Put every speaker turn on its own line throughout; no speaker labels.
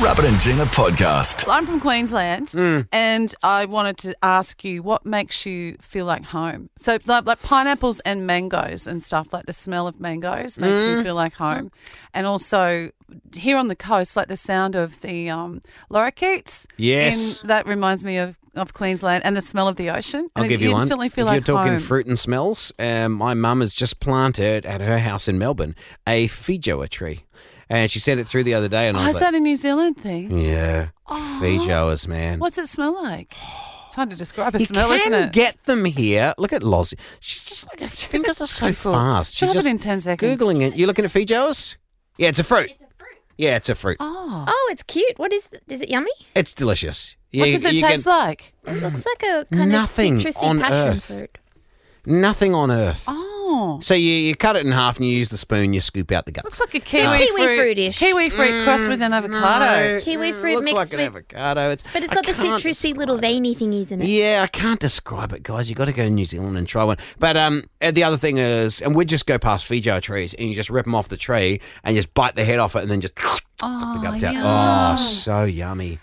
Rabbit and Gina podcast.
I'm from Queensland,
Hmm.
and I wanted to ask you what makes you feel like home. So, like, like pineapples and mangoes and stuff, like the smell of mangoes makes
Hmm.
me feel like home. And also, here on the coast, like the sound of the um, lorikeets.
Yes.
in- that reminds me of, of Queensland and the smell of the ocean.
I'll
and
give
you,
you one.
instantly feel
if
like
you're talking
home.
fruit and smells, um, my mum has just planted at her house in Melbourne a Fijoa tree, and she sent it through the other day, and
Oh,
I
is
was like,
that Oh. a New Zealand thing?
"Yeah, Fijoas, man."
What's it smell like? It's hard to describe a
you
smell,
can
isn't it?
get them here. Look at Lozzie. She's just like her fingers are so fast.
Fill
She's
up it
just
in 10 seconds.
googling it. You looking at Fijoas? Yeah, it's a fruit. Yeah, it's a fruit.
oh.
Oh, it's cute. What is? Th- is it yummy?
It's delicious. Yeah,
What
you-
does it
you
taste
can-
like?
It looks like a
Mm.
kind
Nothing
of citrusy
on
passion
earth.
fruit.
Nothing on earth.
Oh.
So you, you cut it in half and you use the spoon. You scoop out the
Looks
guts.
like a kiwi,
kiwi
fruit.
fruit-ish.
Kiwi fruit crossed with
Mm,
an avocado.
No,
Kiwi
it
fruit
looks
mixed
like an
with-
avocado. It's,
But it's
I
got the
can't
citrusy little veiny thingies in it.
Yeah, I can't describe it, guys. You got to go to New Zealand and try one. But um, and the other thing is, and we just go past Fijo trees, and you just rip them off the tree and just bite the head off it, and then just suck the guts out. Oh, so yummy.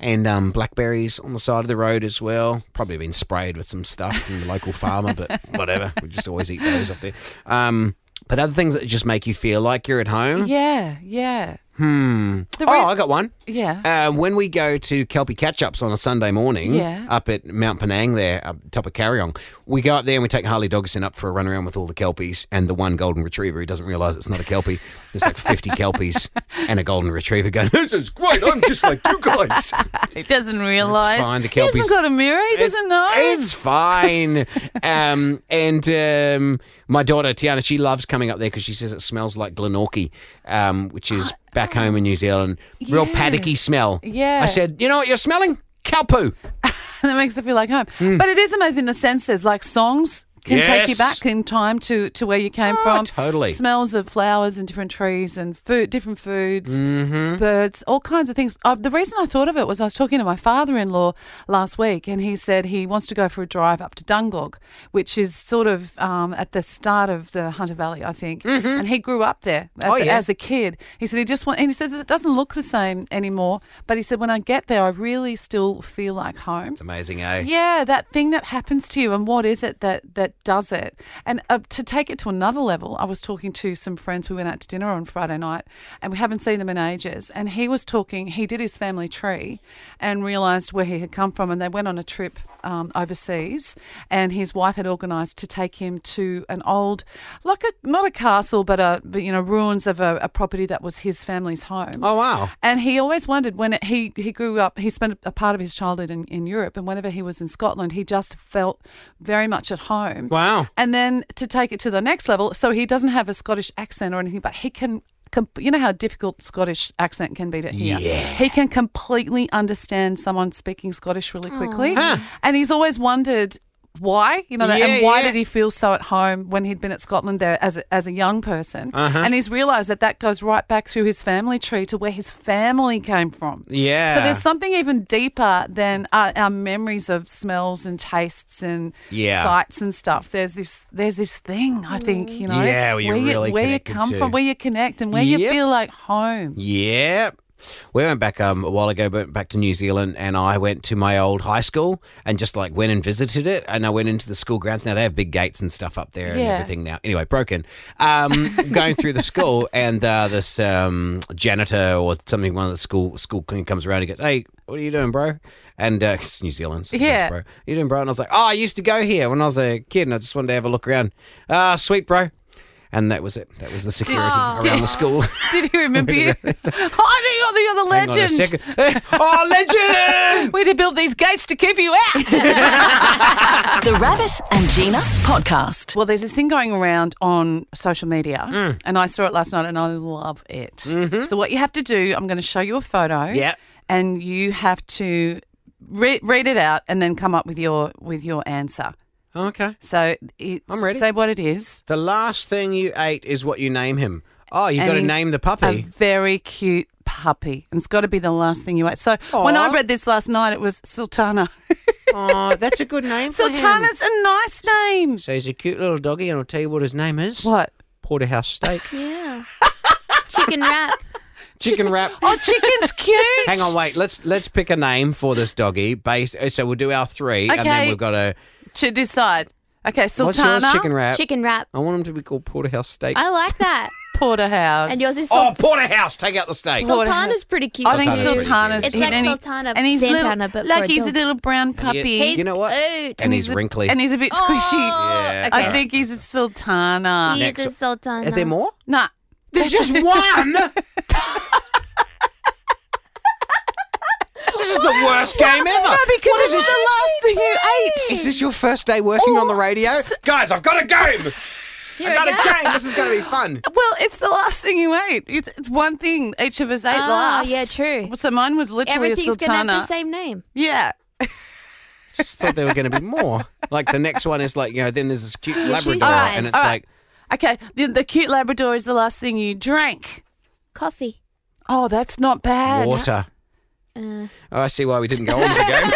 And um, blackberries on the side of the road as well. Probably been sprayed with some stuff from the local farmer, but whatever. We just always eat those off there. Um, but other things that just make you feel like you're at home.
Yeah, yeah.
Hmm.
The
Oh,
re-
I got one.
yeah.
Uh, when we go to Kelpie Catch Ups on a Sunday morning
Yeah.
up at Mount Penang there, up top of Carryong, we go up there and we take Harley Dogson up for a run around with all the Kelpies and the one golden retriever who doesn't realise it's not a Kelpie. There's like 50 Kelpies and a golden retriever going, This is great, I'm just like you guys.
He doesn't realise.
fine, the
He hasn't
Kelpie's-
got a mirror. He doesn't know.
It's fine. um, and um, my daughter Tiana, she loves coming up there because she says it smells like Glenorchy, um, which is back home in New Zealand. Real
Yes.
paddocky smell.
Yeah.
I said, you know what you're smelling? Cow poo.
that makes it feel like home. But it is amazing the senses, like songs can take you
Hmm. Yes.
back in time to, to where you came
Oh,
from.
totally.
Smells of flowers and different trees and food, different foods,
Mm-hmm.
birds, all kinds of things. Uh, the reason I thought of it was I was talking to my father-in-law last week and he said he wants to go for a drive up to Dungog, which is sort of um, at the start of the Hunter Valley, I think. And he grew up there as,
Mm-hmm. Oh, yeah.
as a kid. He said he just want, and he says it doesn't look the same anymore, but he said when I get there, I really still feel like home.
It's amazing, eh?
Yeah, that thing that happens to you, and what is it that that does it? And uh, to take it to another level, I was talking to some friends. We went out to dinner on Friday night, and we haven't seen them in ages. And he was talking. He did his family tree, and realised where he had come from. And they went on a trip um, overseas, and his wife had organised to take him to an old, like a not a castle, but a but, you know ruins of a, a property that was his family's home.
Oh wow.
And he always wondered when it, he he grew up. He spent a part of his childhood in, in Europe, and whenever he was in Scotland, he just felt very much at home.
Wow.
And then to take it to the next level, so he doesn't have a Scottish accent or anything, but he can. com- You know how difficult Scottish accent can be to hear.
Yeah.
He can completely understand someone speaking Scottish really quickly,
Huh.
and he's always wondered why. You know, that,
Yeah,
and why
yeah.
did he feel so at home when he'd been at Scotland there as a, as a young person?
Uh-huh.
And he's realised that that goes right back through his family tree to where his family came from.
Yeah.
So there's something even deeper than our, our memories of smells and tastes and
Yeah. Mm.
sights and stuff. There's this there's this thing I think you know
Yeah, where you're really
where you
connected
come
to.
from, where you connect, and where you
Yep.
feel like home.
Yep. We went back um, a while ago, but back to New Zealand, and I went to my old high school and just like went and visited it. And I went into the school grounds. Now they have big gates and stuff up there and
Yeah.
everything now. Anyway, broken. Um, going through the school, and uh, this um, janitor or something, one of the school school clean comes around and goes, "Hey, what are you doing, bro?" And uh, 'cause it's New Zealand, so thanks,
Yeah.
bro. You doing, bro? And I was like, "Oh, I used to go here when I was a kid, and I just wanted to have a look around." Ah, sweet, bro. And that was it. That was the security around the school.
Did you remember you? oh, I
Hang
know
on
you're the
a
other legend.
second. Eh, oh, legend!
We had to build these gates to keep you out.
The Rabbit and Gina podcast.
Well, there's this thing going around on social media,
Mm.
and I saw it last night, and I love it.
Mm-hmm.
So, what you have to do, I'm going to show you a photo,
Yep.
and you have to re- read it out, and then come up with your with your answer.
Okay.
So, it's,
I'm ready.
Say what it is.
The last thing you ate is what you name him. Oh, you've
And
got to
he's
name the
A
puppy.
very cute puppy, and it's got to be the last thing you ate. So, when
Aw.
I read this last night, it was Sultana.
oh, that's a good name for him.
Sultana's a nice name.
So he's a cute little doggy, and I'll tell you what his name is.
What?
Porterhouse steak.
Chicken wrap.
Chicken wrap.
Oh, chicken's cute.
Hang on, wait. Let's let's pick a name for this doggy. Based, uh, so we'll do our three, and
Okay.
then we've got to.
To decide. Okay,
What's yours?
Sultana,
Chicken wrap.
Chicken wrap.
I want him to be called porterhouse steak.
I like that.
porterhouse.
And yours is
oh,
sul-
porterhouse. Take out the steak.
Sul-
Sultana's pretty cute.
I think
too.
Sultana's.
Sultana's pretty
It's
cute.
and
like
he-
Sultana,
and he's
Santana,
little,
but for
like he's a
dog.
little brown
And he-
puppy.
He's
You know what?
Cute.
and he's wrinkly.
and he's a bit squishy.
Oh,
Yeah.
Okay.
I think he's a sultana.
He's a sultana.
Are there more?
Nah.
There's just one. this is the worst game ever.
No, because
What
it's
is
the last thing you ate.
Is this your first day working on the radio? Guys, I've got a game.
Here
I got
we
a
go.
game. This is going to be fun.
Well, it's the last thing you ate. It's it's one thing each of us ate
Ah,
last.
yeah, true.
So mine was literally a
Everything's gonna have
sultana.
the same name.
yeah.
Just thought there were going to be more. Like the next one is like you know. Then there's this cute Labrador,
size.
and it's
All right.
like
Okay. The, the cute Labrador is the last thing you drank.
Coffee.
Oh, that's not bad.
water.
Uh,
Oh, I see why we didn't go on with the game.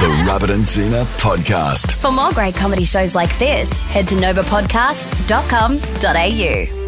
The Rabbit and Gina podcast.
For more great comedy shows like this, head to novapodcast.com.au.